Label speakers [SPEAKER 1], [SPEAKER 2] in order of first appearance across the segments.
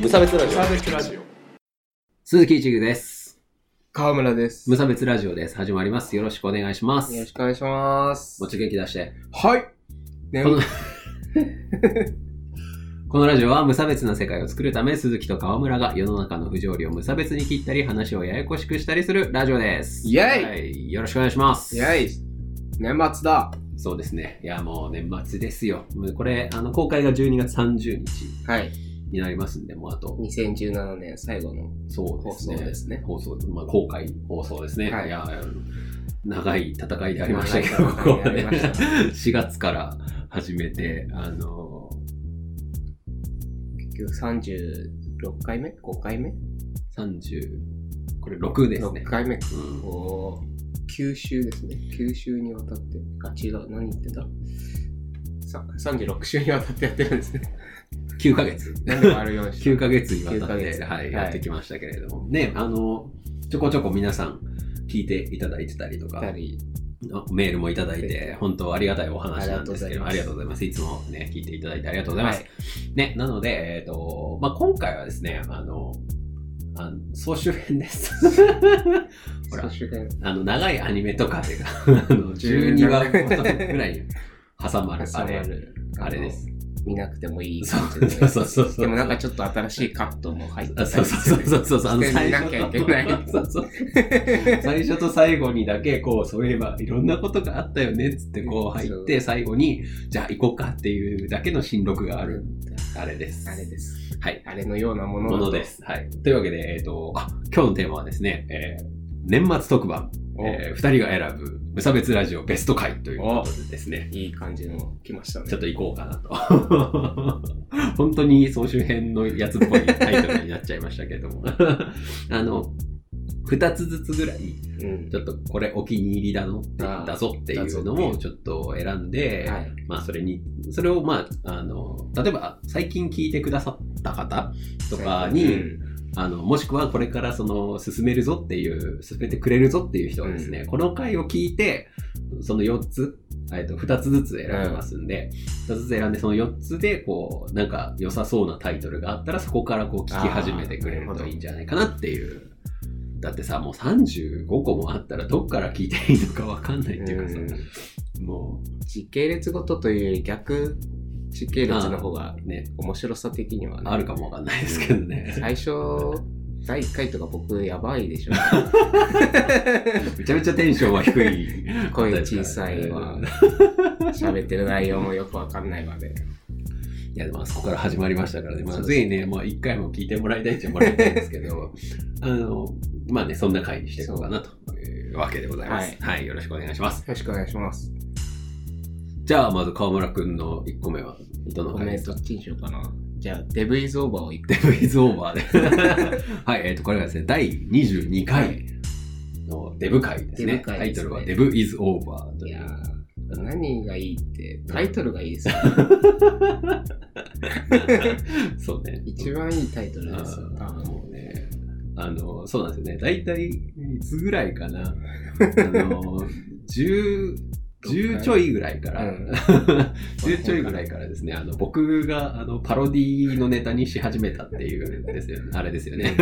[SPEAKER 1] 無差別ラジオ
[SPEAKER 2] 無差別ラジオ
[SPEAKER 3] 鈴木一ぐです。
[SPEAKER 2] 川村です
[SPEAKER 3] 無差別ラジオです。始まります。よろしくお願いします。
[SPEAKER 2] よろしくお願いします
[SPEAKER 3] もうちょい元気出して。
[SPEAKER 2] はいね
[SPEAKER 3] このこのラジオは無差別な世界を作るため、鈴木と川村が世の中の不条理を無差別に切ったり、話をややこしくしたりするラジオです。
[SPEAKER 2] イェイ
[SPEAKER 3] はいよろしくお願いします。
[SPEAKER 2] イェイ年末だ
[SPEAKER 3] そうですね。いや、もう年末ですよ。もうこれ、あの、公開が12月30日
[SPEAKER 2] はい
[SPEAKER 3] になりますんで、もうあと、
[SPEAKER 2] 2017年最後の
[SPEAKER 3] そうです
[SPEAKER 2] 放
[SPEAKER 3] ね。
[SPEAKER 2] 送ですね
[SPEAKER 3] 放送、まあ、公開放送ですね。
[SPEAKER 2] はい
[SPEAKER 3] いや、長い戦いでありましたけど、
[SPEAKER 2] 長い戦い
[SPEAKER 3] ここは
[SPEAKER 2] で
[SPEAKER 3] ね
[SPEAKER 2] ありまし、
[SPEAKER 3] 4月から始めて、あの、
[SPEAKER 2] 結局36回目 ?5 回目
[SPEAKER 3] 30、これ6ですね
[SPEAKER 2] ?6。回目
[SPEAKER 3] うん
[SPEAKER 2] お九州ですね九州にわたってあ違う何言ってたさ36週にわたってやってるんです ね
[SPEAKER 3] 9ヶ月。
[SPEAKER 2] 何でもあるようにした
[SPEAKER 3] 9ヶ月にわたっ
[SPEAKER 2] 9ヶ
[SPEAKER 3] て、
[SPEAKER 2] 月
[SPEAKER 3] はい、
[SPEAKER 2] はい
[SPEAKER 3] やってきましたけれども、ね、あの、ちょこちょこ皆さん聞いていただいてたりとか、
[SPEAKER 2] たり
[SPEAKER 3] メールもいただいて、本当ありがたいお話なんですけど、あ
[SPEAKER 2] あ
[SPEAKER 3] り
[SPEAKER 2] り
[SPEAKER 3] が
[SPEAKER 2] がと
[SPEAKER 3] とうございます。いつもね、聞いていただいてありがとうございます。ね、なので、えっ、と、まあ、今回はですね、あの、あの総集編です。ほら
[SPEAKER 2] 総、集編
[SPEAKER 3] あの、長いアニメとかで、 あの、12話ぐらいに挟まる、あ
[SPEAKER 2] 挟ま
[SPEAKER 3] れ、
[SPEAKER 2] る
[SPEAKER 3] あれです。
[SPEAKER 2] 見なくてもいい
[SPEAKER 3] そ
[SPEAKER 2] 感じ
[SPEAKER 3] うそう
[SPEAKER 2] で
[SPEAKER 3] そうそう。
[SPEAKER 2] でもなんかちょっと新しいカットも入ってた
[SPEAKER 3] あ
[SPEAKER 2] り
[SPEAKER 3] そうそうそうそうそう、あの
[SPEAKER 2] 捨て
[SPEAKER 3] 最
[SPEAKER 2] な
[SPEAKER 3] 初
[SPEAKER 2] きゃいけ
[SPEAKER 3] と
[SPEAKER 2] ない
[SPEAKER 3] そうそう最初と最後にだけ、こう、そういえばいろんなことがあったよねっつってこう入っ
[SPEAKER 2] そ
[SPEAKER 3] て、
[SPEAKER 2] う
[SPEAKER 3] 最後に、じゃあ行こうかっていうだけの新録があ
[SPEAKER 2] あ
[SPEAKER 3] る
[SPEAKER 2] る。
[SPEAKER 3] あれで す。
[SPEAKER 2] あれです
[SPEAKER 3] はい。
[SPEAKER 2] あれのようなもの
[SPEAKER 3] ものです。はい。というわけで、えっ、と、あ、今日のテーマはですね、えー年末特番、
[SPEAKER 2] お
[SPEAKER 3] えー、二人が選ぶ無差別ラジオベスト回ということでですね、
[SPEAKER 2] いい感じの来ましたね
[SPEAKER 3] ちょっと行こうかなと。 本当に総集編のやつっぽいタイトルになっちゃいましたけども。 あの、2つずつぐらい、
[SPEAKER 2] うん
[SPEAKER 3] ちょっとこれお気に入りだのって
[SPEAKER 2] あー
[SPEAKER 3] だぞっていうの
[SPEAKER 2] だぞっ
[SPEAKER 3] を
[SPEAKER 2] て
[SPEAKER 3] ちょっと選んで、
[SPEAKER 2] はい
[SPEAKER 3] まあそれに、それをまあ、あの、例えば最近聞いてくださった方とかに、
[SPEAKER 2] うん
[SPEAKER 3] あの、もしくはこれからその、進めるぞっていう、進めてくれるぞっていう人はですね、この回を聞いて、その4つ、えっと、2つずつ選べますんで、2つずつ選んで、その4つで、こう、なんか良さそうなタイトルがあったら、そこからこう聞き始めてくれる
[SPEAKER 2] あーなるほ
[SPEAKER 3] と
[SPEAKER 2] ど
[SPEAKER 3] いいんじゃないかなっていう。だってさ、もう35個もあったら、どっから聞いていいのかわかんないっていうかさ、も
[SPEAKER 2] 時系列ごとというより逆時系列の方が
[SPEAKER 3] うね、
[SPEAKER 2] 面白さ的にはね
[SPEAKER 3] あるかもわかんないですけどね。
[SPEAKER 2] 最初第1回とか僕やばい でしょ
[SPEAKER 3] めちゃめちゃテンションは低い。
[SPEAKER 2] 声小さい わ喋ってる内容もよくわかんないわで、
[SPEAKER 3] いや、でもあそこから始まりましたからね。まあ、ぜひね、まあ、一回も聞いてもらいたいっちゃもらいたいんですけど、あの、まあね、そんな回にしていこうかなというわけでございます。はい、よろしくお願いします。
[SPEAKER 2] よろしくお願いします
[SPEAKER 3] じゃあ、まず川村くんの1個目は、どの
[SPEAKER 2] ご
[SPEAKER 3] 回
[SPEAKER 2] め
[SPEAKER 3] で
[SPEAKER 2] ん
[SPEAKER 3] す
[SPEAKER 2] ど
[SPEAKER 3] か
[SPEAKER 2] っちにしようかなじゃあデブイズオーバーをい
[SPEAKER 3] デブイズオーバー で。はい、えっ、と、これがですね、第22回のデブ回ですね。
[SPEAKER 2] デブ回
[SPEAKER 3] タイ
[SPEAKER 2] ですね
[SPEAKER 3] トルはデブイズオーバーと
[SPEAKER 2] い
[SPEAKER 3] い
[SPEAKER 2] や
[SPEAKER 3] う。
[SPEAKER 2] ー何がいいってタイトルがいい ですよ
[SPEAKER 3] そうね。
[SPEAKER 2] 一番いいタイトル
[SPEAKER 3] あ
[SPEAKER 2] ですよ多
[SPEAKER 3] ー
[SPEAKER 2] 分
[SPEAKER 3] もうね、あの、そうなんですよね。大体、いつぐらいかな。あの、10、10ちょいぐらいから、
[SPEAKER 2] うん
[SPEAKER 3] 10ちょいぐらいからですね、あの、僕が、あの、パロディのネタにし始めたっていう、ですよね。あれですよね。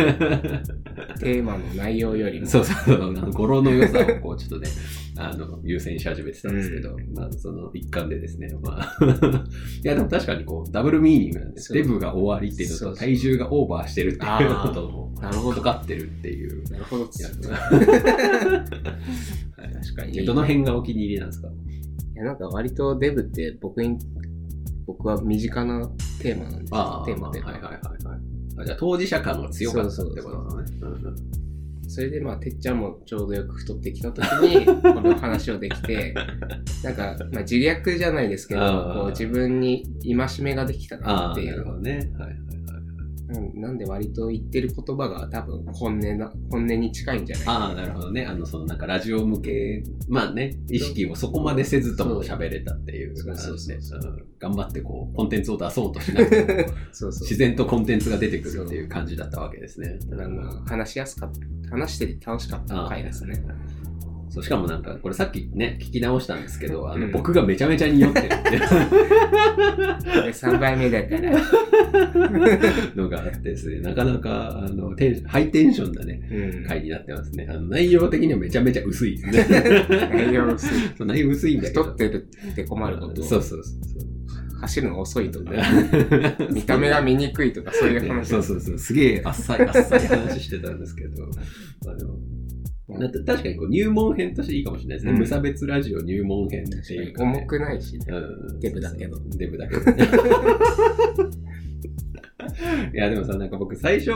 [SPEAKER 2] テーマの内容よりも
[SPEAKER 3] そうそうそう、あの語呂の良さをこうちょっとね、 あの優先し始めてたんですけど、まあ、その一環でですね、まあ、 いやでも確かにこうダブルミーニングなんです。
[SPEAKER 2] そう
[SPEAKER 3] デブが終わりっていう
[SPEAKER 2] そうそう
[SPEAKER 3] のと体重がオーバーしてるっていうことも
[SPEAKER 2] なるほ
[SPEAKER 3] か
[SPEAKER 2] ど
[SPEAKER 3] かってるっていう。
[SPEAKER 2] なるほど
[SPEAKER 3] いや確か
[SPEAKER 2] いい
[SPEAKER 3] に。どの辺がお気に入りなんですか
[SPEAKER 2] いや、なんか割とデブって僕に、僕は身近なテーマなんですよ。テーマ
[SPEAKER 3] は
[SPEAKER 2] で
[SPEAKER 3] い。はいはいはい。あじゃあ当事者感が強かったってことだね。うんうん
[SPEAKER 2] それでまあ、てっちゃんもちょうどよく太ってきた時 に、この話をできて、なんか、まあ、自虐じゃないですけど、
[SPEAKER 3] あー
[SPEAKER 2] こう自分に戒めができたなっ
[SPEAKER 3] ああ、
[SPEAKER 2] てい
[SPEAKER 3] なる
[SPEAKER 2] う
[SPEAKER 3] ほ。どね。はいはいはい。
[SPEAKER 2] うんなんで割と言ってる言葉が多分本音な、本音に近いんじゃないか
[SPEAKER 3] ああ、なるほどね。あの、そのなんかラジオ向け、まあね、意識をそこまでせずとも喋れたっていう
[SPEAKER 2] そうそうそうそう
[SPEAKER 3] 感じでうん頑張ってこう、コンテンツを出そうとしなくても、
[SPEAKER 2] そうそう。
[SPEAKER 3] 自然とコンテンツが出てくるっていう感じだったわけですね。
[SPEAKER 2] だからまあ、話しやすかった、話してて楽しかった回ですね。
[SPEAKER 3] そうしかもなんか、これさっきね、聞き直したんですけど、あの、
[SPEAKER 2] うん
[SPEAKER 3] 僕がめちゃめちゃに酔ってるって
[SPEAKER 2] 3杯目だから。
[SPEAKER 3] いうのがあってで すね、なかなか、あの、テンションハイテンションなね、
[SPEAKER 2] うん。
[SPEAKER 3] 回になってますね。あの内容的にはめちゃめちゃ 薄いですね。
[SPEAKER 2] 内容薄い。
[SPEAKER 3] そう内容薄いんだけど。
[SPEAKER 2] 太ってるって困ること。
[SPEAKER 3] そうそうそう
[SPEAKER 2] 走るの遅いとか。
[SPEAKER 3] そ う。
[SPEAKER 2] 見た目が見にくいとか、そういう話。
[SPEAKER 3] そうそうそう。すげえあっさり、あっさり話してたんですけど。 あのな確かにこう入門編としていいかもしれないですね。
[SPEAKER 2] うん
[SPEAKER 3] 無差別ラジオ入門編っていうか、ね。
[SPEAKER 2] 重くないし、ね。
[SPEAKER 3] うん
[SPEAKER 2] デブだけど。
[SPEAKER 3] デブ だけどね。いや、でもさ、なんか僕最初、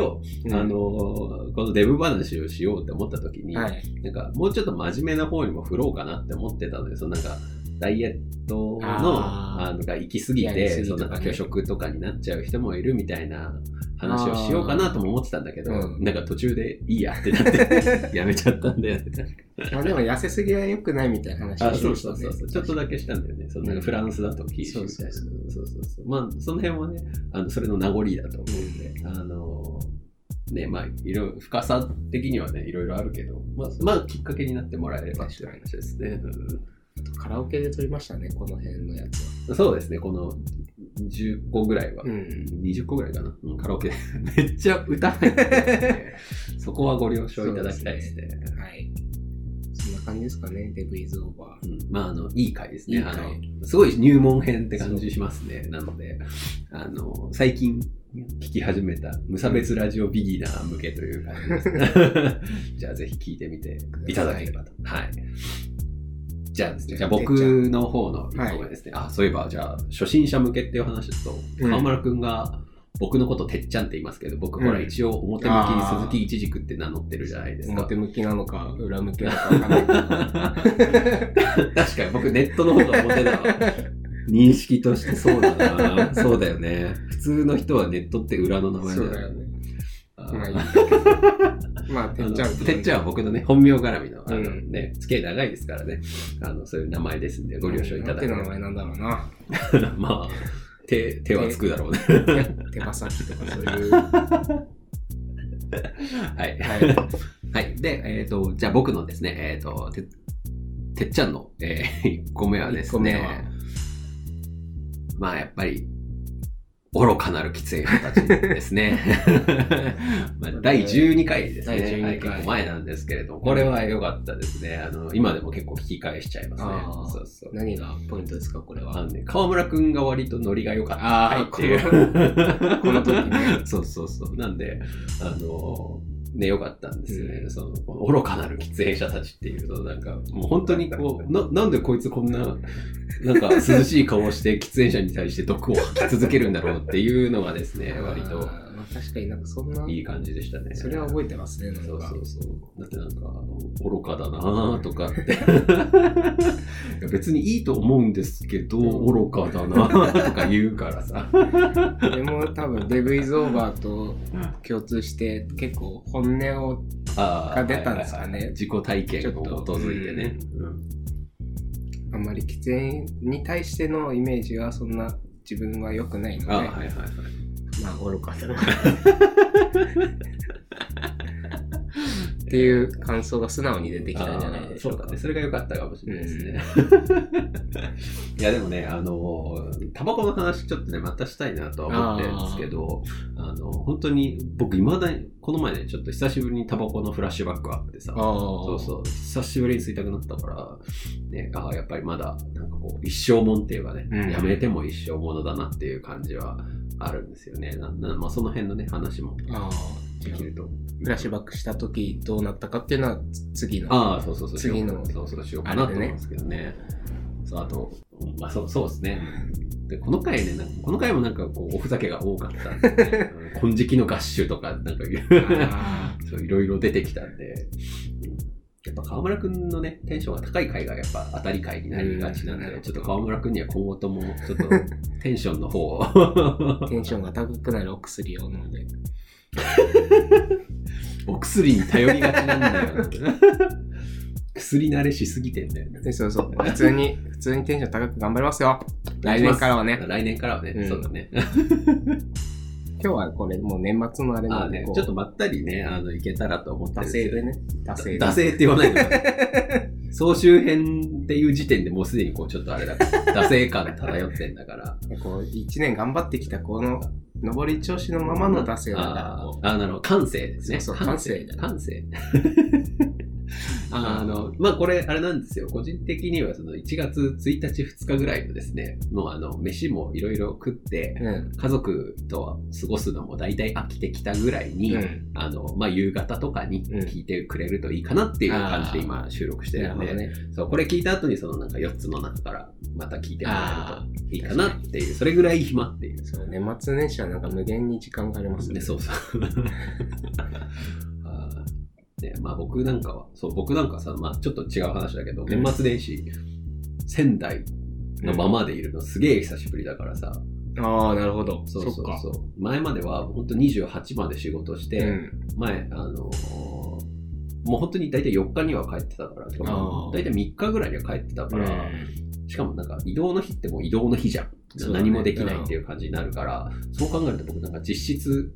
[SPEAKER 3] あの、このデブ話をしようって思った時に、
[SPEAKER 2] はい。
[SPEAKER 3] なんかもうちょっと真面目な方にも振ろうかなって思ってたのよ。そのなんか、ダイエットの、
[SPEAKER 2] あー
[SPEAKER 3] あのが行き過ぎ
[SPEAKER 2] やり過
[SPEAKER 3] て、
[SPEAKER 2] ぎ
[SPEAKER 3] そ
[SPEAKER 2] と
[SPEAKER 3] の
[SPEAKER 2] かね
[SPEAKER 3] なんか拒食とかになっちゃう人もいるみたいな話をしようかなとも思ってたんだけど、
[SPEAKER 2] あーうん
[SPEAKER 3] なんか途中でいいやってな って、やめちゃったんだよね。
[SPEAKER 2] まあでも痩せすぎは良くないみたいな話
[SPEAKER 3] あ
[SPEAKER 2] をし
[SPEAKER 3] そ
[SPEAKER 2] ま
[SPEAKER 3] う
[SPEAKER 2] し
[SPEAKER 3] そ
[SPEAKER 2] た
[SPEAKER 3] う
[SPEAKER 2] ね
[SPEAKER 3] そうそうちょっとだけしたんだよねそのなんかフランスだとキーシュみたいな
[SPEAKER 2] そう
[SPEAKER 3] そうそうそうまあその辺はねあのそれの名残だと思うんで、あのねまあいろいろ深さ的にはねいろいろあるけどまあ、まあ、きっかけになってもらえればっていう話ですね、
[SPEAKER 2] カラオケで撮りましたね、この辺のやつは。
[SPEAKER 3] うんそうですねこの10個ぐらいは、
[SPEAKER 2] ん。
[SPEAKER 3] 20個ぐらいかな、うんカラオケ めっちゃ歌入ってたんでそこはご了承いただきたいですね
[SPEAKER 2] はい。そんな感じですかね、デブイズオーバ
[SPEAKER 3] うんまあ、あの、いい回ですね。
[SPEAKER 2] いい回
[SPEAKER 3] あの、すごい入門編って感じしますね。なので、あの、最近聞き始めた無差別ラジオビギナー向けという感じですね。 じゃあ、ぜひ聞いてみていただければと。はい。じゃあですね、じゃあ僕の方の1個目ですね。あ、そういえば、じゃあ、初心者向けっていう話と、
[SPEAKER 2] うん
[SPEAKER 3] 河村くんが、僕のことてっちゃんって言いますけど、僕ほら
[SPEAKER 2] うん
[SPEAKER 3] 一応表向きに
[SPEAKER 2] あー
[SPEAKER 3] 鈴木一軸って名乗ってるじゃないで
[SPEAKER 2] ー。
[SPEAKER 3] すか。
[SPEAKER 2] 表向きなのか、裏向きなのかわかんないけ ど。
[SPEAKER 3] 確かに僕ネットの方が表だわ。認識としてそうだ な。そうだよね。普通の人はネットって裏の名前だ
[SPEAKER 2] そ
[SPEAKER 3] よ
[SPEAKER 2] う
[SPEAKER 3] ね
[SPEAKER 2] だよ。ね。
[SPEAKER 3] あ
[SPEAKER 2] まあいい
[SPEAKER 3] ー
[SPEAKER 2] んだけど。まあ、て
[SPEAKER 3] あ
[SPEAKER 2] っ
[SPEAKER 3] の
[SPEAKER 2] ちゃん。
[SPEAKER 3] てっちゃんは僕のね、本名絡みの、あの
[SPEAKER 2] うん
[SPEAKER 3] ね、付き合い長いですからね、あの、そういう名前ですんで、ご了承いただ
[SPEAKER 2] け
[SPEAKER 3] け
[SPEAKER 2] な
[SPEAKER 3] れ
[SPEAKER 2] んて名前なんだろうな。
[SPEAKER 3] ば。 まあ、手、手はつくだろうね。
[SPEAKER 2] 手羽先とかそういう。は
[SPEAKER 3] はい。
[SPEAKER 2] い。
[SPEAKER 3] はい。で、えっ、と、じゃあ僕のですね、えっ、と、て、てっちゃんの、え1個目はです
[SPEAKER 2] 一個目
[SPEAKER 3] ね
[SPEAKER 2] は、
[SPEAKER 3] まあやっぱり、愚かなる喫煙者たちで すね。まあ第12回ですね。
[SPEAKER 2] 第12回
[SPEAKER 3] はい結構前なんですけれども、これは良かったですね。あの、今でも結構聞き返しちゃいますね
[SPEAKER 2] あ。ー
[SPEAKER 3] そうそう。
[SPEAKER 2] 何がポイントですか、これ
[SPEAKER 3] あ
[SPEAKER 2] は。
[SPEAKER 3] のね、河村くんが割とノリが良かった。
[SPEAKER 2] あー
[SPEAKER 3] はいっていう
[SPEAKER 2] この この時ね
[SPEAKER 3] そうそうそう。なんで、あのーね、良かったんですよね。
[SPEAKER 2] うん
[SPEAKER 3] その、愚かなる喫煙者たちっていうの、なんか、もう本当にこう、な、なんでこいつこんな、なんか涼しい顔をして喫煙者に対して毒を吐き続けるんだろうっていうのがですね、割
[SPEAKER 2] あ
[SPEAKER 3] と
[SPEAKER 2] ーまあ確かになんかそんな、
[SPEAKER 3] いい感じでしたね。
[SPEAKER 2] それは覚えてますね、なん
[SPEAKER 3] そう
[SPEAKER 2] か
[SPEAKER 3] そ。うそう。だってなんか、愚かだなぁとかってい や。別にいいと思うんですけど、愚かだなぁとか言うか らさ。
[SPEAKER 2] でも多分、デブイズオーバーと共通して、結構本音を
[SPEAKER 3] あ
[SPEAKER 2] が
[SPEAKER 3] ー
[SPEAKER 2] 出たんですかね
[SPEAKER 3] はいはいはい自己体験を基づいてね。うん
[SPEAKER 2] あんまり喫煙に対してのイメージはそんな自分は良くないので、
[SPEAKER 3] あーはいはいはい。
[SPEAKER 2] まあ愚かだ なっていう感想が素直に出てきたんじゃないでしょう
[SPEAKER 3] あーそう
[SPEAKER 2] か
[SPEAKER 3] だね。。それが良かったかもしれないですね。 いや、でもね、あの、タバコの話ちょっとね、またしたいなとは思ってるんですけど、あの、本当に僕、いまだに、この前ね、ちょっと久しぶりにタバコのフラッシュバックあってさ、
[SPEAKER 2] ああ、
[SPEAKER 3] そうそう、久しぶりに吸いたくなったから、ね、ああ、やっぱりまだ、なんかこう、一生もんっていうかね、
[SPEAKER 2] うん
[SPEAKER 3] やめても一生ものだなっていう感じはあるんですよね。ななまあ、その辺のね、話も
[SPEAKER 2] ああ、
[SPEAKER 3] できると。
[SPEAKER 2] フラッシュバックした時どうなったかっていうのは次の。
[SPEAKER 3] ああ、そうそうそう。
[SPEAKER 2] 次の
[SPEAKER 3] そうそうしようかなと思うんですけどね。そう、あと、まあそうそうですね。で、この回ね、なんかこの回もなんかこう、おふざけが多かったんで、 ね、うん金色の合衆とか、なんかいろ
[SPEAKER 2] あ
[SPEAKER 3] そういろいろ出てきたんで、うんやっぱ河村くんのね、テンションが高い回がやっぱ当たり回になりがちなんで、
[SPEAKER 2] うん
[SPEAKER 3] ちょっと河村くんには今後とも、ちょっとテンションの方を、
[SPEAKER 2] あ、テンションが高くなるお薬を飲んで。
[SPEAKER 3] お薬に頼りがちなんだ よな。薬慣れしすぎてんだよね。
[SPEAKER 2] でそうそう。 普通に、普通にテンション高く頑張りますよ。来年からはね。
[SPEAKER 3] 来年からはね、
[SPEAKER 2] うん
[SPEAKER 3] そうだね。
[SPEAKER 2] 今日はこれ、もう年末のあれ
[SPEAKER 3] あ
[SPEAKER 2] な
[SPEAKER 3] あ
[SPEAKER 2] んで、
[SPEAKER 3] ね
[SPEAKER 2] こ、う
[SPEAKER 3] ちょっとまったりね、あの、いけたらと思って
[SPEAKER 2] 惰
[SPEAKER 3] るん
[SPEAKER 2] 性
[SPEAKER 3] です
[SPEAKER 2] で
[SPEAKER 3] よ。
[SPEAKER 2] ね。惰性で。
[SPEAKER 3] 惰性って言わないのかな総集編っていう時点でもうすでにこうちょっとあれだから、惰性感漂ってんだから。
[SPEAKER 2] でこう、一年頑張ってきたこの、上り調子のままの惰性だから、
[SPEAKER 3] あ
[SPEAKER 2] こ
[SPEAKER 3] ーあー、なるほど。感性ですね。
[SPEAKER 2] そうそう
[SPEAKER 3] 感性。 あーあの、まあ、これ、あれなんですよ。個人的には、その1月1日、2日ぐらいのですね、もうあの、飯もいろいろ食って、
[SPEAKER 2] ううん。
[SPEAKER 3] 家族と過ごすのも大体飽きてきたぐらいに、
[SPEAKER 2] うん。
[SPEAKER 3] あの、まあ、夕方とかに聞いてくれるといいかなっていう感じで今収録して
[SPEAKER 2] な
[SPEAKER 3] る
[SPEAKER 2] る
[SPEAKER 3] ん
[SPEAKER 2] ほ
[SPEAKER 3] で、
[SPEAKER 2] どね。
[SPEAKER 3] そう、これ聞いた後にそのなんか4つの中からまた聞いてもらえるといいかなっていう、それぐらい暇っていう。
[SPEAKER 2] そう、年末年始はなんか無限に時間があります
[SPEAKER 3] ね、
[SPEAKER 2] ね。
[SPEAKER 3] そう そう。あーね、まあ僕なんかは、そう、僕なんかさ、まあちょっと違う話だけど、
[SPEAKER 2] うん
[SPEAKER 3] 年末年始、仙台のままでいるのすげえ久しぶりだからさ、
[SPEAKER 2] ああ、なるほど。
[SPEAKER 3] そうそう
[SPEAKER 2] か
[SPEAKER 3] そう。前までは本当28まで仕事して、
[SPEAKER 2] うん。
[SPEAKER 3] 前、あのーもう本当に大体4日には帰ってたから、てかまあ
[SPEAKER 2] あー
[SPEAKER 3] 大体3日ぐらいには帰ってたから、しかもなんか移動の日ってもう移動の日じゃん。
[SPEAKER 2] そうだね
[SPEAKER 3] 何もできないっていう感じになるから、そう考えると僕なんか実質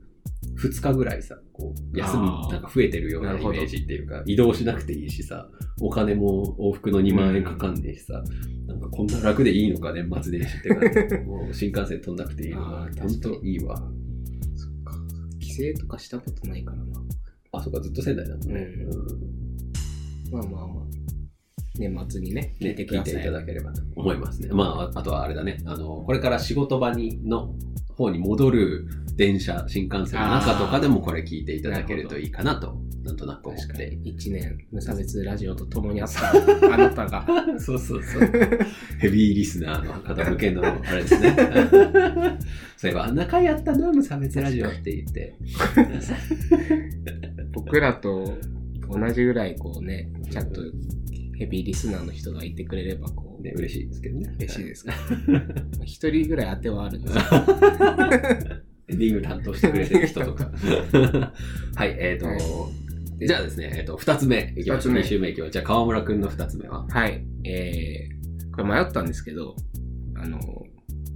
[SPEAKER 3] 2日ぐらいさ、こう休み
[SPEAKER 2] あー
[SPEAKER 3] なんか増えてるような
[SPEAKER 2] な
[SPEAKER 3] イ
[SPEAKER 2] るほ
[SPEAKER 3] メ
[SPEAKER 2] ど
[SPEAKER 3] ージっていうか、移動しなくていいしさ、お金も往復の2万円かかんねえしさ、なんかこんな楽でいいのか年末年始って感じ。もう新幹線飛んなくていいの
[SPEAKER 2] あ
[SPEAKER 3] か
[SPEAKER 2] ー、
[SPEAKER 3] ほんといいわ。
[SPEAKER 2] そっか。帰省とかしたことないからな。
[SPEAKER 3] あ、そうか、ずっと仙台だもんね。
[SPEAKER 2] うま
[SPEAKER 3] うん
[SPEAKER 2] あまあまあ。年末にね、
[SPEAKER 3] ね、
[SPEAKER 2] 聞いてください。
[SPEAKER 3] いただければと思いますね。まあ、あとはあれだね、あの、これから仕事場に、の方に戻る電車、新幹線の中とかでもこれ聞いていただけるといいかなと、なんとなく思っ
[SPEAKER 2] 確か
[SPEAKER 3] て。
[SPEAKER 2] に1年無差別ラジオと共にあった あなたが
[SPEAKER 3] そうそうそう。 ヘビーリスナーの方向けの、あれですね。そういえば、あんな回やったな、無差別ラジオって言って。
[SPEAKER 2] 僕らと同じぐらいこうねちゃんとヘビーリスナーの人がいてくれればこう、
[SPEAKER 3] ね、嬉しいですけどね。
[SPEAKER 2] 嬉しい ですか一人ぐらい当てはあるんですよ
[SPEAKER 3] エンディング担当してくれてる人と か。はい、えっ、と、
[SPEAKER 2] はい
[SPEAKER 3] じゃあですね、えっ、と、二つ目いきましょう。
[SPEAKER 2] 二つ目
[SPEAKER 3] 二週目いきましょう。じゃあ、河村くんの二つ目は。
[SPEAKER 2] はいえー、これ迷ったんですけどあの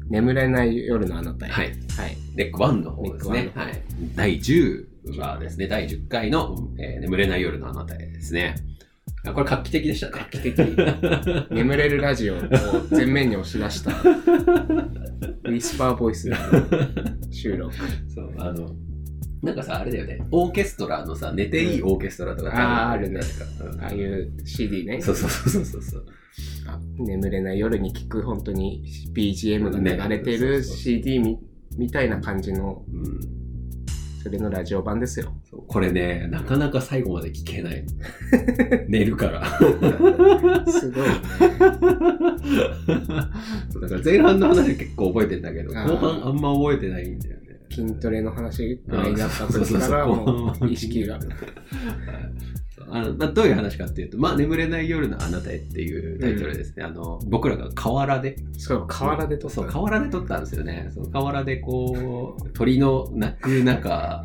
[SPEAKER 2] 眠れない夜のあなたへ
[SPEAKER 3] はい。
[SPEAKER 2] はい、
[SPEAKER 3] レック1の方です
[SPEAKER 2] レ
[SPEAKER 3] ね
[SPEAKER 2] ッ。クワンの方
[SPEAKER 3] はい。第10話ですね。第10回の、えー眠れない夜のあなたへですね。あこれ画期的でしたね。
[SPEAKER 2] 画期的 眠れるラジオを前面に押し出したウィスパーボイ スの収録
[SPEAKER 3] そう、あの、なんかさ、あれだよね。オーケストラのさ、寝ていいオーケストラとかって
[SPEAKER 2] あー
[SPEAKER 3] る
[SPEAKER 2] あるね
[SPEAKER 3] よ確
[SPEAKER 2] あ
[SPEAKER 3] か
[SPEAKER 2] あいう CD ね
[SPEAKER 3] うんそうそうそうそうそう。
[SPEAKER 2] あ眠れない夜に聴く本当に BGM が流れて
[SPEAKER 3] ね
[SPEAKER 2] る
[SPEAKER 3] そうそう
[SPEAKER 2] CD みみたいな感じの
[SPEAKER 3] うん
[SPEAKER 2] それのラジオ版ですよ。
[SPEAKER 3] そうこれね、なかなか最後まで聞 けない。寝るから。
[SPEAKER 2] す ごい。
[SPEAKER 3] そうだから前半の話結構覚えてんだけど、
[SPEAKER 2] あー
[SPEAKER 3] 後半あんま覚えてないんだよね。
[SPEAKER 2] 筋トレの話ぐらいだった
[SPEAKER 3] あーそう
[SPEAKER 2] 時
[SPEAKER 3] そう
[SPEAKER 2] か
[SPEAKER 3] そう
[SPEAKER 2] らも
[SPEAKER 3] そう
[SPEAKER 2] う意識が。
[SPEAKER 3] あのまあ、どういう話かっていうと、まあ、眠れない夜のあなたへっていうタイトルですね。あの、僕らが河原で。
[SPEAKER 2] そう、河原で撮っ
[SPEAKER 3] そう、
[SPEAKER 2] た。
[SPEAKER 3] 河原で撮ったんですよね。その河原でこう、鳥の鳴く中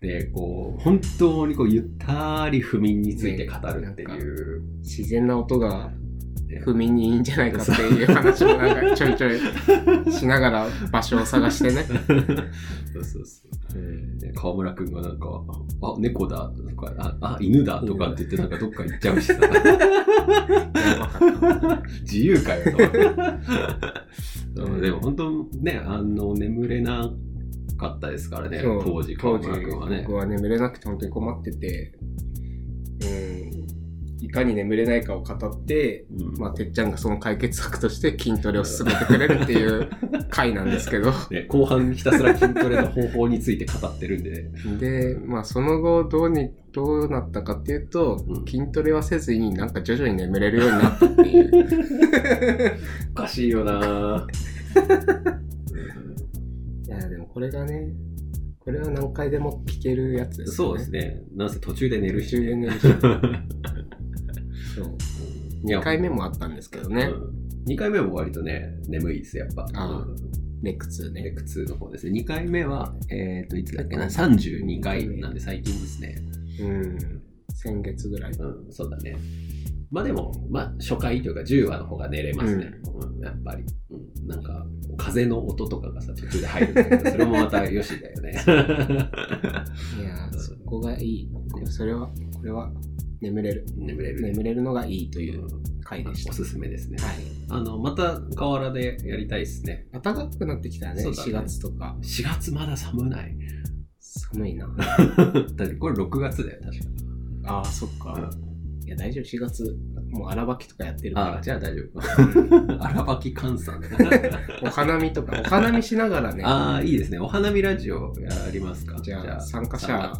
[SPEAKER 3] で、こう、本当にこう、ゆったり不眠について語るっていう。
[SPEAKER 2] 自然な音が
[SPEAKER 3] ね
[SPEAKER 2] 不眠にいいんじゃないかっていう話をなんかちょいちょ いしながら場所を探してね。
[SPEAKER 3] そうそうそう。ね川村くんがなんか、あ、猫だとか、あ、あ犬だとかって言って、なんかどっか行っちゃうしさ。
[SPEAKER 2] やばかった
[SPEAKER 3] 自由かよ とそうでも本当ね、あの、眠れなかったですからね、
[SPEAKER 2] そう
[SPEAKER 3] 当時、
[SPEAKER 2] 当
[SPEAKER 3] 川
[SPEAKER 2] 時
[SPEAKER 3] 村君はね
[SPEAKER 2] 僕。は眠れなくて本当に困ってて、うん、いかに眠れないかを語って、
[SPEAKER 3] うん
[SPEAKER 2] まあ、てっちゃんがその解決策として筋トレを進めてくれるっていう回なんですけ ど。
[SPEAKER 3] ね後半ひたすら筋トレの方法について語ってるんで、
[SPEAKER 2] で、まあ、その後、どうに、どうなったかっていうと、
[SPEAKER 3] うん
[SPEAKER 2] 筋トレはせずになんか徐々に眠れるようになったっていう。
[SPEAKER 3] おかしいよな
[SPEAKER 2] いや、でもこれがね、これは何回でも聞けるやつですね。
[SPEAKER 3] そうですね。なんせ途中で寝る
[SPEAKER 2] 途
[SPEAKER 3] し
[SPEAKER 2] 中で
[SPEAKER 3] ね。
[SPEAKER 2] 寝るし。そう。
[SPEAKER 3] 2
[SPEAKER 2] 2回目もあったんですけどね。
[SPEAKER 3] 2回目も割とね、眠いです、やっぱ。
[SPEAKER 2] あ
[SPEAKER 3] うん
[SPEAKER 2] レクツーね。
[SPEAKER 3] 苦痛の方ですね。2回目は、えっ、と、いつだっけな、32回なんで最近ですね。
[SPEAKER 2] うん。先月ぐらい。
[SPEAKER 3] うん、そうだね。まあでも、まあ初回というか10話の方が寝れますね。うんやっぱり。うん、なんか、風の音とかがさ、途中で入るんだけど、 それもまたよしだ よね。
[SPEAKER 2] いやー、そこがいい。それは、これは、眠れる。
[SPEAKER 3] 眠れる。
[SPEAKER 2] 眠れるのがいいという
[SPEAKER 3] うん
[SPEAKER 2] 回でした。
[SPEAKER 3] おすすめですね。
[SPEAKER 2] はい。
[SPEAKER 3] あの、また河原でやりたいですね。
[SPEAKER 2] 暖かくなってきたらね、
[SPEAKER 3] そうだね
[SPEAKER 2] 4月とか。
[SPEAKER 3] 4月まだ寒ない。
[SPEAKER 2] 寒いな。
[SPEAKER 3] だって これ6月だよ、確か。
[SPEAKER 2] ああ、そっか。いや、大丈夫、4月、もう荒ばきとかやってる
[SPEAKER 3] あ
[SPEAKER 2] か
[SPEAKER 3] あ、じゃあ大丈夫。
[SPEAKER 2] ら。うん
[SPEAKER 3] 荒ばき換算。
[SPEAKER 2] お花見とか、お花見しながらね、
[SPEAKER 3] ああ、いいですね。お花見ラジオやりますか。
[SPEAKER 2] じゃあ、参加者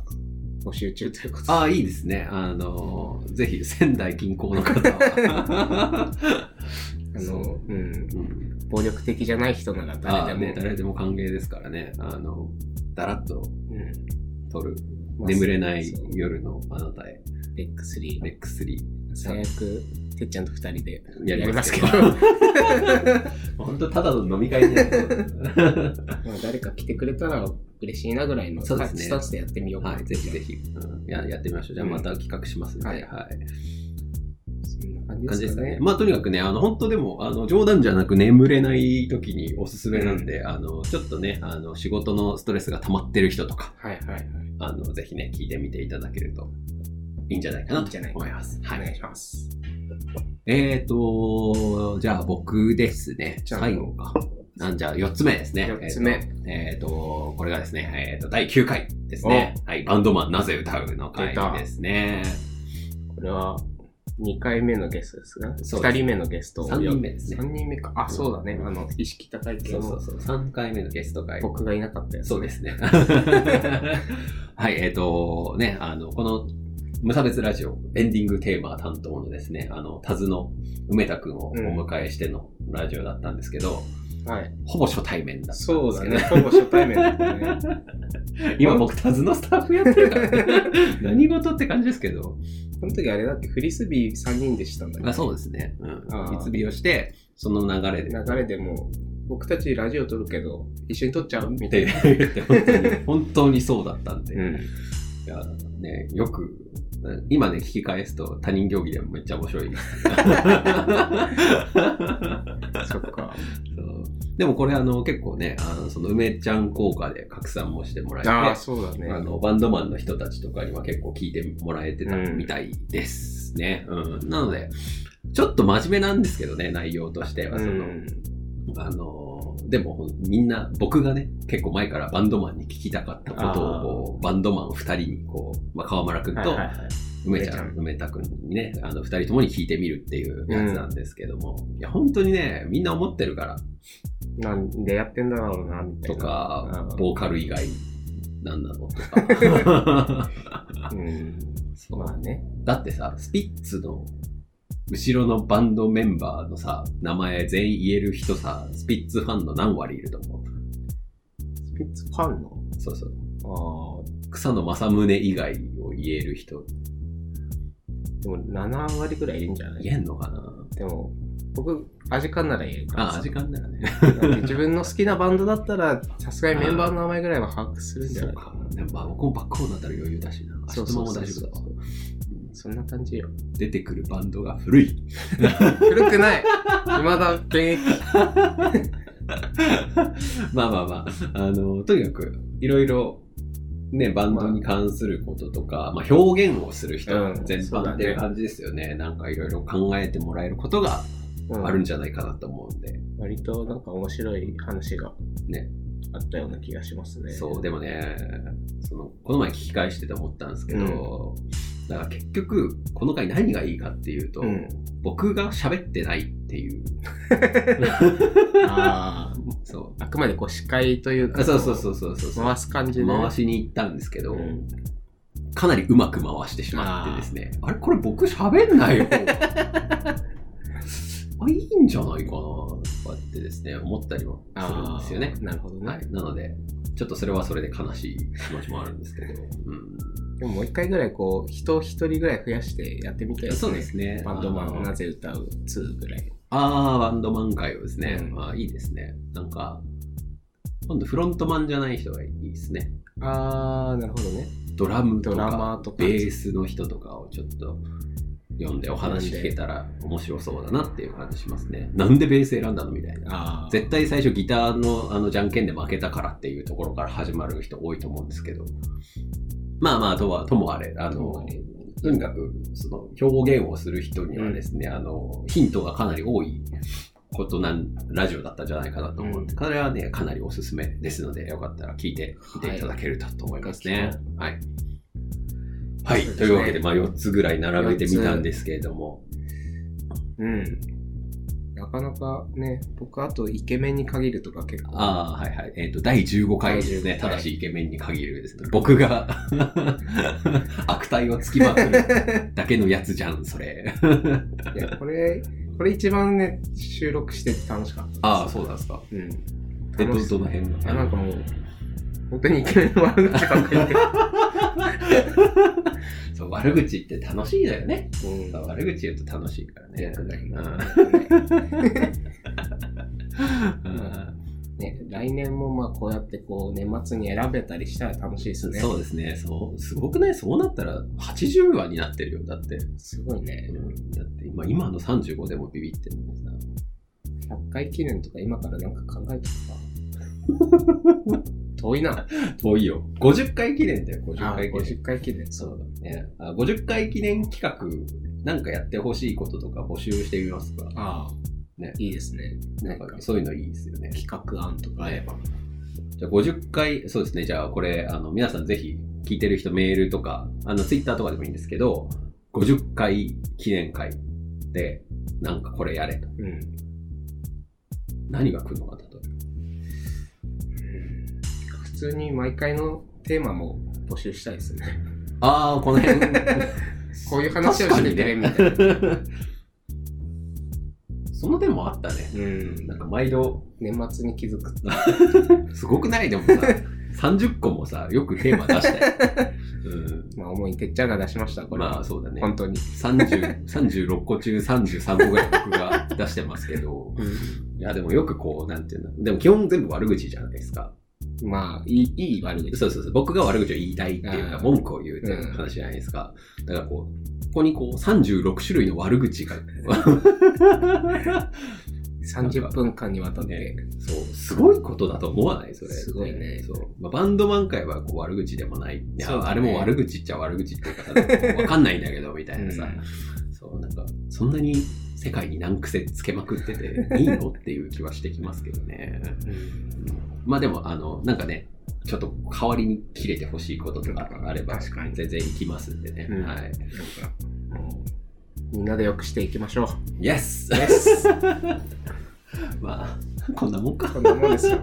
[SPEAKER 2] 募集中ということで。
[SPEAKER 3] ああ、いいですね。あのー、ぜひ仙台近郊の方 は。
[SPEAKER 2] あ
[SPEAKER 3] そ
[SPEAKER 2] の、うん、
[SPEAKER 3] うん
[SPEAKER 2] 暴力的じゃない人なら
[SPEAKER 3] あ
[SPEAKER 2] 誰
[SPEAKER 3] あ
[SPEAKER 2] でも、
[SPEAKER 3] ね、誰でも歓迎ですからね。あの、だらっと撮る、
[SPEAKER 2] うん
[SPEAKER 3] 眠れない
[SPEAKER 2] そう
[SPEAKER 3] 夜のあなたへ、
[SPEAKER 2] レック3。
[SPEAKER 3] レックスリ
[SPEAKER 2] 最悪、てっちゃんと2人で
[SPEAKER 3] ー
[SPEAKER 2] や
[SPEAKER 3] やり
[SPEAKER 2] り
[SPEAKER 3] ま
[SPEAKER 2] ますす
[SPEAKER 3] け
[SPEAKER 2] け
[SPEAKER 3] ど。
[SPEAKER 2] ど、
[SPEAKER 3] 本当ただの飲み会 で。
[SPEAKER 2] まあ誰か来てくれたら嬉しいなぐらいの
[SPEAKER 3] そうですね
[SPEAKER 2] スタンスでやってみようか。
[SPEAKER 3] はい、ぜひぜひ、うんややってみましょう。じゃあまた企画しますんで、
[SPEAKER 2] はい
[SPEAKER 3] はい。
[SPEAKER 2] そんな
[SPEAKER 3] 感
[SPEAKER 2] 感
[SPEAKER 3] じ
[SPEAKER 2] じ
[SPEAKER 3] で
[SPEAKER 2] ですす
[SPEAKER 3] か
[SPEAKER 2] か
[SPEAKER 3] ね
[SPEAKER 2] ね。。
[SPEAKER 3] まあとにかくね、あの本当でもあの冗談じゃなく眠れない時におすすめなんで、あのちょっとね、あの仕事のストレスが溜まってる人とか、
[SPEAKER 2] はいはいはい。
[SPEAKER 3] あのぜひね、聞いてみていただけるといいんじゃないかない
[SPEAKER 2] いんじ
[SPEAKER 3] と
[SPEAKER 2] ゃないか
[SPEAKER 3] 思います。は
[SPEAKER 2] お願い
[SPEAKER 3] い。
[SPEAKER 2] します。
[SPEAKER 3] えっ、ー、と、じゃあ僕ですね、
[SPEAKER 2] じゃあ
[SPEAKER 3] 最後か。なんじゃあ4つ目ですね。
[SPEAKER 2] 4つ目
[SPEAKER 3] えーと。えーと、これがですね、えーと、第9回ですね。はい、バンドマンなぜ歌うの回
[SPEAKER 2] 出た
[SPEAKER 3] ですね。
[SPEAKER 2] これは2回目のゲストですが、
[SPEAKER 3] そうです
[SPEAKER 2] 2人目のゲストを
[SPEAKER 3] 3人目ですね。
[SPEAKER 2] 3人目か。あ、そうだね。あの、意識高い系
[SPEAKER 3] そうそ
[SPEAKER 2] の
[SPEAKER 3] うそう、3回目のゲスト回。
[SPEAKER 2] 僕がいなかったやつ。
[SPEAKER 3] そうです ね。はい、えっ、と、ね、あの、この、無差別ラジオ、エンディングテーマ担当のですね、あの、タズの梅田くんをお迎えしてのラジオだったんですけど、
[SPEAKER 2] はい。
[SPEAKER 3] ほぼ初対面だったん
[SPEAKER 2] そ
[SPEAKER 3] で
[SPEAKER 2] う
[SPEAKER 3] す
[SPEAKER 2] だ
[SPEAKER 3] けど、
[SPEAKER 2] ね。ほぼ初対面だったね。
[SPEAKER 3] 今僕タズのスタッフやってるから、 ね、何事って感じですけど、
[SPEAKER 2] この時あれだっけ、フリスビー3人でしたんだ
[SPEAKER 3] あ
[SPEAKER 2] ね。
[SPEAKER 3] そうですね、うん
[SPEAKER 2] あ。ー
[SPEAKER 3] いつびをして、その流れで、
[SPEAKER 2] 流れでもう、僕たちラジオ撮るけど、一緒に撮っちゃうみ
[SPEAKER 3] った
[SPEAKER 2] い
[SPEAKER 3] て
[SPEAKER 2] な。
[SPEAKER 3] 言 って、本当に、本当にそうだったんで、
[SPEAKER 2] うん。
[SPEAKER 3] いや、ね、よく、今ね、聞き返すと他人行儀でもめっちゃ面白いです。
[SPEAKER 2] そっ か。
[SPEAKER 3] そうでもこれあの結構ね、あのその梅ちゃん効果で拡散もしてもらえて、
[SPEAKER 2] ああ、
[SPEAKER 3] あ
[SPEAKER 2] そうだね。
[SPEAKER 3] のバンドマンの人たちとかには結構聞いてもらえてた
[SPEAKER 2] うん
[SPEAKER 3] みたいですね。うんなので、ちょっと真面目なんですけどね、内容としては。その
[SPEAKER 2] うん
[SPEAKER 3] あのでもみんな僕がね結構前からバンドマンに聞きたかったことをこうバンドマン2人にこう、まあ、川村君
[SPEAKER 2] はい
[SPEAKER 3] と
[SPEAKER 2] はいはい
[SPEAKER 3] 梅ちゃん、梅田くんにね、あの、二人ともに聞いてみるっていうやつなんですけども、いや、本当にね、みんな思ってるから、
[SPEAKER 2] なんでやってんだろうな、みたい
[SPEAKER 3] と
[SPEAKER 2] な。
[SPEAKER 3] か
[SPEAKER 2] う、ん
[SPEAKER 3] ボーカル以外、なんなのと か。
[SPEAKER 2] うん。
[SPEAKER 3] そう
[SPEAKER 2] まあね。
[SPEAKER 3] だってさ、スピッツの、後ろのバンドメンバーのさ、名前全員言える人さ、スピッツファンの何割いると思う
[SPEAKER 2] スピッツファンの
[SPEAKER 3] そうそう。
[SPEAKER 2] あ
[SPEAKER 3] 草野正宗以外を言える人、
[SPEAKER 2] あ、でも7割ぐらいいるんじゃない
[SPEAKER 3] 言えんのかな
[SPEAKER 2] でも、僕、アジカンなら言えるから
[SPEAKER 3] あ、時間だよね。
[SPEAKER 2] なんか自分の好きなバンドだったら、さすがにメンバーの名前ぐらいは把握するんじゃ
[SPEAKER 3] そ
[SPEAKER 2] な
[SPEAKER 3] う
[SPEAKER 2] いか
[SPEAKER 3] か。でもまあ、僕もバックホーンだったら余裕だしな。
[SPEAKER 2] そう
[SPEAKER 3] 足と
[SPEAKER 2] そ
[SPEAKER 3] も
[SPEAKER 2] う
[SPEAKER 3] も
[SPEAKER 2] そう
[SPEAKER 3] 大丈夫だわ。
[SPEAKER 2] そんな感じよ。
[SPEAKER 3] 出てくるバンドが古い。
[SPEAKER 2] 古くない未だ現役。
[SPEAKER 3] まあまあまあ、あの、とにかく、いろいろ、ね、バンドに関することとか、まあ、表現をする人
[SPEAKER 2] うん
[SPEAKER 3] 全
[SPEAKER 2] そう
[SPEAKER 3] 般
[SPEAKER 2] だ
[SPEAKER 3] っ
[SPEAKER 2] ね
[SPEAKER 3] ていう感じですよね。なんかいろいろ考えてもらえることが
[SPEAKER 2] うん
[SPEAKER 3] あるんじゃないかなと思うんで。
[SPEAKER 2] 割となんか面白い話が
[SPEAKER 3] ね
[SPEAKER 2] あったような気がしますね。
[SPEAKER 3] そう、でもね、その、この前聞き返してて思ったんですけど、だから結局、この回何がいいかっていうと、
[SPEAKER 2] うん。
[SPEAKER 3] 僕が喋ってないっていう。
[SPEAKER 2] ああ、
[SPEAKER 3] そう。
[SPEAKER 2] あくまでこう司会という
[SPEAKER 3] あ
[SPEAKER 2] か、
[SPEAKER 3] そうそうそうそうそうそう。
[SPEAKER 2] 回す感じで、ね。
[SPEAKER 3] 回しに行ったんですけど、
[SPEAKER 2] うん
[SPEAKER 3] かなりうまく回してしまってですね、あれこれ僕喋んな いよ。あ、いいんじゃないかな、とかってですね、思ったりもするんですよね
[SPEAKER 2] あ。ーなるほどね。
[SPEAKER 3] はい。なので、ちょっとそれはそれで悲しい気持ちもあるんですけど、うん
[SPEAKER 2] でももう一回ぐらいこう、人一人ぐらい増やしてやってみたい
[SPEAKER 3] そうですね。
[SPEAKER 2] バンドマンをな
[SPEAKER 3] あ
[SPEAKER 2] ぜ歌う2ぐらい。
[SPEAKER 3] あー、バンドマン会をですね、
[SPEAKER 2] うん
[SPEAKER 3] まあいいですね。なんか、今度フロントマンじゃない人がいいですね。
[SPEAKER 2] あー、なるほどね。
[SPEAKER 3] ドラムと
[SPEAKER 2] ドラマ
[SPEAKER 3] か
[SPEAKER 2] ーとか
[SPEAKER 3] ベースの人とかをちょっと読んでお話聞けたら面白そうだなっていう感じしますね。なんでベース選んだのみたいな。
[SPEAKER 2] あ
[SPEAKER 3] 絶対最初ギターのあのじゃんけんで負けたからっていうところから始まる人多いと思うんですけど。まあまあ、とは、ともあれ、あ
[SPEAKER 2] とも
[SPEAKER 3] の
[SPEAKER 2] あれ、
[SPEAKER 3] とにかく、その、表現をする人にはですね、あの、ヒントがかなり多いことなん、ラジオだったんじゃないかなと思って、これはね、かなりおすすめですので、よかったら聞いてみていただけると思いますね。はい。はい。
[SPEAKER 2] そうですね
[SPEAKER 3] というわけで、まあ、4つぐらい並べてみたんですけれども、
[SPEAKER 2] うん。なかなかね、僕あとイケメンに限るとか結構。
[SPEAKER 3] ああ、はいはい。えっ、と、第15回ですね
[SPEAKER 2] 第15。
[SPEAKER 3] た
[SPEAKER 2] 回
[SPEAKER 3] だしイケメンに限るですね。僕が 悪態をつきまくるだけのやつじゃん、それ。
[SPEAKER 2] いや、これ、これ一番ね、収録してて楽しかったです。
[SPEAKER 3] ああ、そうなんですか。
[SPEAKER 2] うん。
[SPEAKER 3] え、ど、
[SPEAKER 2] 楽し
[SPEAKER 3] どの辺
[SPEAKER 2] いや、なんかもう、本当にイケメンの悪口ばっかり言ってる。
[SPEAKER 3] そう、悪口って楽しいだよね。
[SPEAKER 2] うん
[SPEAKER 3] そう悪口言うと楽しいから ね。
[SPEAKER 2] よくないな
[SPEAKER 3] うん。うん
[SPEAKER 2] ね、来年もまあこうやってこう年末に選べたりしたら楽しいですね。
[SPEAKER 3] そうですね。そう、すごくないそうなったら80話になってるよ。だって。
[SPEAKER 2] すごいね。
[SPEAKER 3] うんだって今、今の35でもビビってるのにさ。
[SPEAKER 2] 100回記念とか今からなんか考えておくか。遠いな。
[SPEAKER 3] 遠いよ。50回記念だよ、50回記念。
[SPEAKER 2] 50回記念。
[SPEAKER 3] そうだね。あ50回記念企画、なんかやってほしいこととか募集してみますか。
[SPEAKER 2] ああ、
[SPEAKER 3] ね
[SPEAKER 2] いいですね。
[SPEAKER 3] な
[SPEAKER 2] なんん
[SPEAKER 3] か
[SPEAKER 2] か
[SPEAKER 3] そういうのいいですよね。
[SPEAKER 2] 企画案とかあれば。
[SPEAKER 3] じゃあ50回、そうですね。じゃあこれ、あの、皆さんぜひ聞いてる人メールとか、あの、ツイッターとかでもいいんですけど、50回記念会で、なんかこれやれと。
[SPEAKER 2] うん。
[SPEAKER 3] 何が来るのかだと。
[SPEAKER 2] 普通に毎回のテーマも募集したいですね。
[SPEAKER 3] ああ、この辺。
[SPEAKER 2] こういう 話をしててね、みたいな。
[SPEAKER 3] その点もあったね。
[SPEAKER 2] うん
[SPEAKER 3] なんか毎度、
[SPEAKER 2] 年末に気づく。
[SPEAKER 3] すごくないでも さ、30個もさ、よくテーマ出したよ。うん
[SPEAKER 2] まあ、主にてっちゃんが出しました、これは。
[SPEAKER 3] まあそうだね。
[SPEAKER 2] 本当に。
[SPEAKER 3] 30 36個中33個ぐらい僕が出してますけど、いやでもよくこう、なんていうの、でも基本全部悪口じゃないですか。
[SPEAKER 2] まあ、いい、いい悪口。
[SPEAKER 3] そうそうそう、僕が悪口を言いたいっていうか、
[SPEAKER 2] あー
[SPEAKER 3] 文句を言うっていう話じゃないですか。だからこう、ここにこう36種類の悪口 が、
[SPEAKER 2] 30分間にわたって。
[SPEAKER 3] そう、すごいことだと思わないそれ。
[SPEAKER 2] すごいね
[SPEAKER 3] そう。まあ、バンドマン界はこう悪口でもない。いや、
[SPEAKER 2] そうだね
[SPEAKER 3] あれも悪口っちゃ悪口っていうかさ、わかんないんだけど、みたいなさ。そう、なんか、そんなに世界に難癖つけまくってていいのっていう気はしてきますけどね。まあでも、あの、なんかね、ちょっと代わりに切れてほしいこととかあれば、
[SPEAKER 2] 確かに
[SPEAKER 3] 全然いきますんでね。
[SPEAKER 2] うん
[SPEAKER 3] は
[SPEAKER 2] な
[SPEAKER 3] い。
[SPEAKER 2] んか、みんなでよくしていきまし ょう。
[SPEAKER 3] イエスまあ、こんなもんか。
[SPEAKER 2] こんなもんですよ。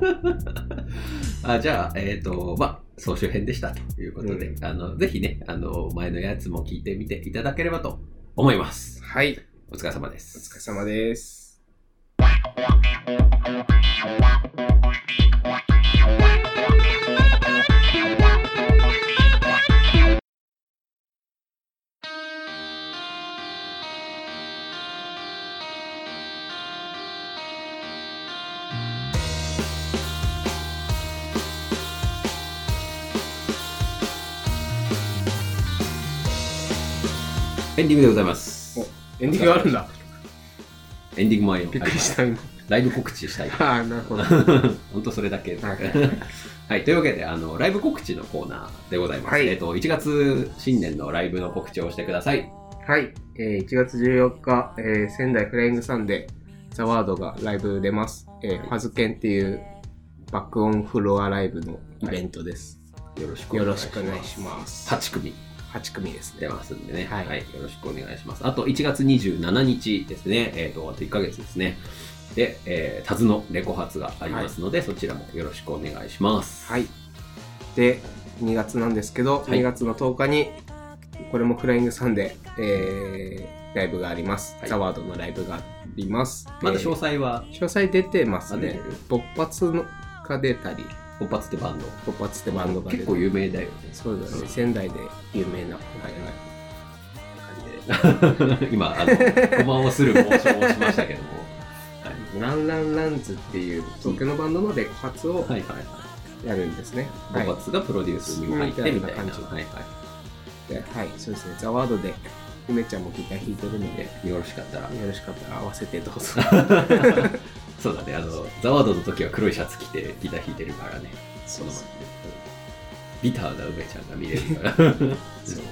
[SPEAKER 3] あじゃあ、えっ、と、まあ、総集編でしたということで、
[SPEAKER 2] う
[SPEAKER 3] あの、ぜひね、あの、前のやつも聞いてみていただければと思います。
[SPEAKER 2] はい。
[SPEAKER 3] お疲れ様で
[SPEAKER 2] お疲
[SPEAKER 3] す
[SPEAKER 2] れ。様です。
[SPEAKER 3] エンディングでございます
[SPEAKER 2] お。エンディングあるんだ。
[SPEAKER 3] エンディングもあり
[SPEAKER 2] びっくりした。今
[SPEAKER 3] ライブ告知したい。
[SPEAKER 2] ああ、なるほど。
[SPEAKER 3] 本当それだけ。
[SPEAKER 2] はい
[SPEAKER 3] はい、というわけであの、ライブ告知のコーナーでございます。
[SPEAKER 2] はい
[SPEAKER 3] えっと、1月新年のライブの告知をしてください。
[SPEAKER 2] はい、えー1月14日、えー仙台フライングサンデー、ザワードがライブ出ます。えー、ファズケンっていう爆音フロアライブのイベントです。
[SPEAKER 3] よろしく
[SPEAKER 2] よろしくお願いします。
[SPEAKER 3] 8組
[SPEAKER 2] 8組です
[SPEAKER 3] 出
[SPEAKER 2] ね。
[SPEAKER 3] ますんでね、は、
[SPEAKER 2] はいい
[SPEAKER 3] よろしくお願いします。あと、1月27日ですね、えっ、と、あと1ヶ月ですね。で、えー、タズのレコ発がありますので、そちらもよろしくお願いします。
[SPEAKER 2] はい。で、2月なんですけど、
[SPEAKER 3] はい
[SPEAKER 2] 2月の10日に、これもフライングサンデー、えーライブがあります。
[SPEAKER 3] はい
[SPEAKER 2] ザワードのライブがあります。
[SPEAKER 3] まだ
[SPEAKER 2] え
[SPEAKER 3] 詳
[SPEAKER 2] ー
[SPEAKER 3] 細は、
[SPEAKER 2] 詳細出てます
[SPEAKER 3] あ出て
[SPEAKER 2] ね
[SPEAKER 3] る。
[SPEAKER 2] 勃発のが出たり、
[SPEAKER 3] 勃発ってバンド。
[SPEAKER 2] 勃発ってバンドが出
[SPEAKER 3] 結
[SPEAKER 2] た
[SPEAKER 3] 構
[SPEAKER 2] り。
[SPEAKER 3] 有名だよね。
[SPEAKER 2] そうだね。仙台で有名な。はいはい
[SPEAKER 3] 今、あの、ごまをするモーションをしましたけども。
[SPEAKER 2] ランランランズっていう僕のバンドのレコ発を
[SPEAKER 3] はいはいは。
[SPEAKER 2] やるんですね。はいい。
[SPEAKER 3] ボバツがプロデュースに入ってみたいな。
[SPEAKER 2] みたいな感じ
[SPEAKER 3] はいは
[SPEAKER 2] ではい、そうですね。ザワードで、梅ちゃんもギター弾いてるので、よ
[SPEAKER 3] い。よろしかったら。
[SPEAKER 2] ろしかったら合わせて どうぞ。
[SPEAKER 3] そうだね、あの、ザワードの時は黒いシャツ着てギター弾いてるからね。そ
[SPEAKER 2] そう
[SPEAKER 3] の
[SPEAKER 2] そう
[SPEAKER 3] ビターな梅ちゃんが見れるから。
[SPEAKER 2] そう。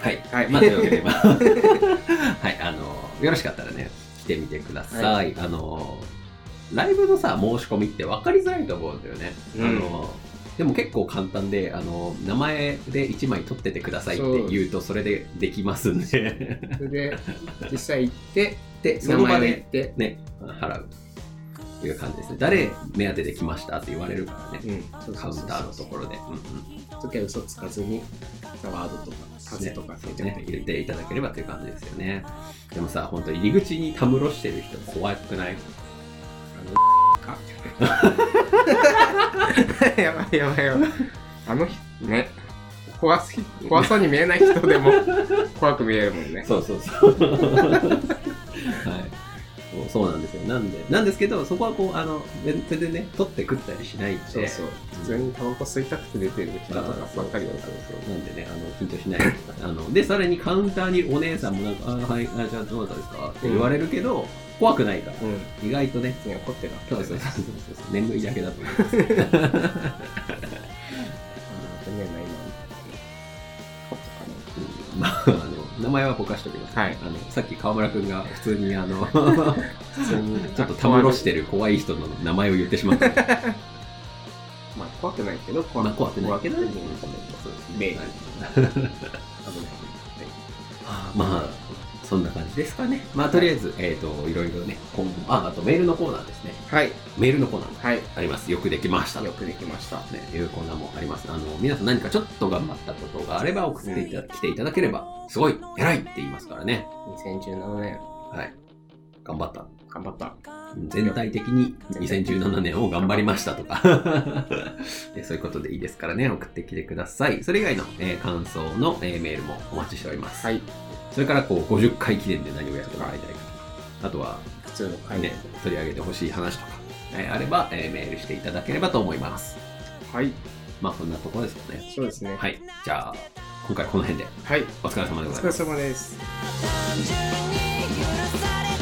[SPEAKER 3] はい。
[SPEAKER 2] はい
[SPEAKER 3] まあ、というわけで、まあ はい、あの、よろしかったらね、来てみてください。
[SPEAKER 2] は
[SPEAKER 3] あの、ライブのさ、申し込みって分かりづらいと思うんだよね。
[SPEAKER 2] うん
[SPEAKER 3] あの、でも結構簡単で、あの、名前で1枚取っててくださいって言うと、それでできますんで。
[SPEAKER 2] それで、実際行って、
[SPEAKER 3] で、 そ
[SPEAKER 2] 名
[SPEAKER 3] の場
[SPEAKER 2] 前 で行
[SPEAKER 3] で
[SPEAKER 2] って、
[SPEAKER 3] ね、払うという感じですね。誰目当てで来ましたって言われるからね。
[SPEAKER 2] うん、そう
[SPEAKER 3] カ
[SPEAKER 2] そう
[SPEAKER 3] ウ
[SPEAKER 2] そ
[SPEAKER 3] ン
[SPEAKER 2] う
[SPEAKER 3] ターのところで。うんうん
[SPEAKER 2] その時は嘘つかずに、ザワードとか、風とか、
[SPEAKER 3] そうね、入れていただければという感じですよね。でもさ、本当入り口にたむろしてる人怖くない
[SPEAKER 2] やばいやばいやばい。あの人、ね。怖すぎ、怖そうに見えない人で も、怖く見えるもんね。
[SPEAKER 3] そうそう そう。はい。そうそうなんですよ。なんで、なんですけど、そこはこう、あの、全全然ね、取って食ったりしないんで。
[SPEAKER 2] そうそう。普通にタバコ吸いたくて出てる人
[SPEAKER 3] ま
[SPEAKER 2] と
[SPEAKER 3] あ
[SPEAKER 2] かばっかりだ
[SPEAKER 3] そう
[SPEAKER 2] か
[SPEAKER 3] そう
[SPEAKER 2] ら。
[SPEAKER 3] そうなんでね、あの、緊張しないでくださいあの、で、さらにカウンターにお姉さんもなんか、あ、はい、あ、じゃあどうだったですかって言われるけど、怖くないから。
[SPEAKER 2] うん。
[SPEAKER 3] 意外とね、
[SPEAKER 2] 別に怒ってなかった
[SPEAKER 3] そう
[SPEAKER 2] よ
[SPEAKER 3] そう
[SPEAKER 2] ね。
[SPEAKER 3] そうそう、 眠いだけだと思います。
[SPEAKER 2] あとね、今、怒ったかな。
[SPEAKER 3] まあ、あの、名前はぼかしておきます、
[SPEAKER 2] はい
[SPEAKER 3] あの、さっき川村くんが普通に あの、
[SPEAKER 2] 普通に。
[SPEAKER 3] ちょっとたむろしてる怖い人の名前を言ってしまった。
[SPEAKER 2] まあ、怖くないけど、怖
[SPEAKER 3] まあ、怖くない
[SPEAKER 2] 怖くない。
[SPEAKER 3] そうですね
[SPEAKER 2] ね
[SPEAKER 3] はいまあ、そんな感じですかね。まあ、とりあえず、えっ、と、いろいろね、今後、あ、あとメールのコーナーですね。
[SPEAKER 2] はい。
[SPEAKER 3] メールのコーナーも
[SPEAKER 2] はい。
[SPEAKER 3] あります。よくできましたと。
[SPEAKER 2] よくできました。
[SPEAKER 3] ね、いうコーナーもあります。あの、皆さん何かちょっと頑張ったことがあれば送っていた、来ていただければ、すごい、偉いって言いますからね。
[SPEAKER 2] 2017年、
[SPEAKER 3] はい。頑張った。
[SPEAKER 2] 頑張った。
[SPEAKER 3] 全体的に2017年を頑張りましたとか でそういうことでいいですからね送ってきてくださいそれ以外の、えー感想の、えーメールもお待ちしております、
[SPEAKER 2] はい。
[SPEAKER 3] それからこう50回記念で何をやってもらいたいかあとは、
[SPEAKER 2] 普通の回
[SPEAKER 3] ね
[SPEAKER 2] です。
[SPEAKER 3] 取り上げてほしい話とか、えーあれば、えーメールしていただければと思います
[SPEAKER 2] はい。
[SPEAKER 3] まあこんなところですよね
[SPEAKER 2] そうですね。
[SPEAKER 3] はいじゃあ今回はこの辺で
[SPEAKER 2] はい。
[SPEAKER 3] お疲れ様で
[SPEAKER 2] お
[SPEAKER 3] ござ
[SPEAKER 2] 疲
[SPEAKER 3] いま
[SPEAKER 2] れ
[SPEAKER 3] す
[SPEAKER 2] 様です。
[SPEAKER 1] 単純に許され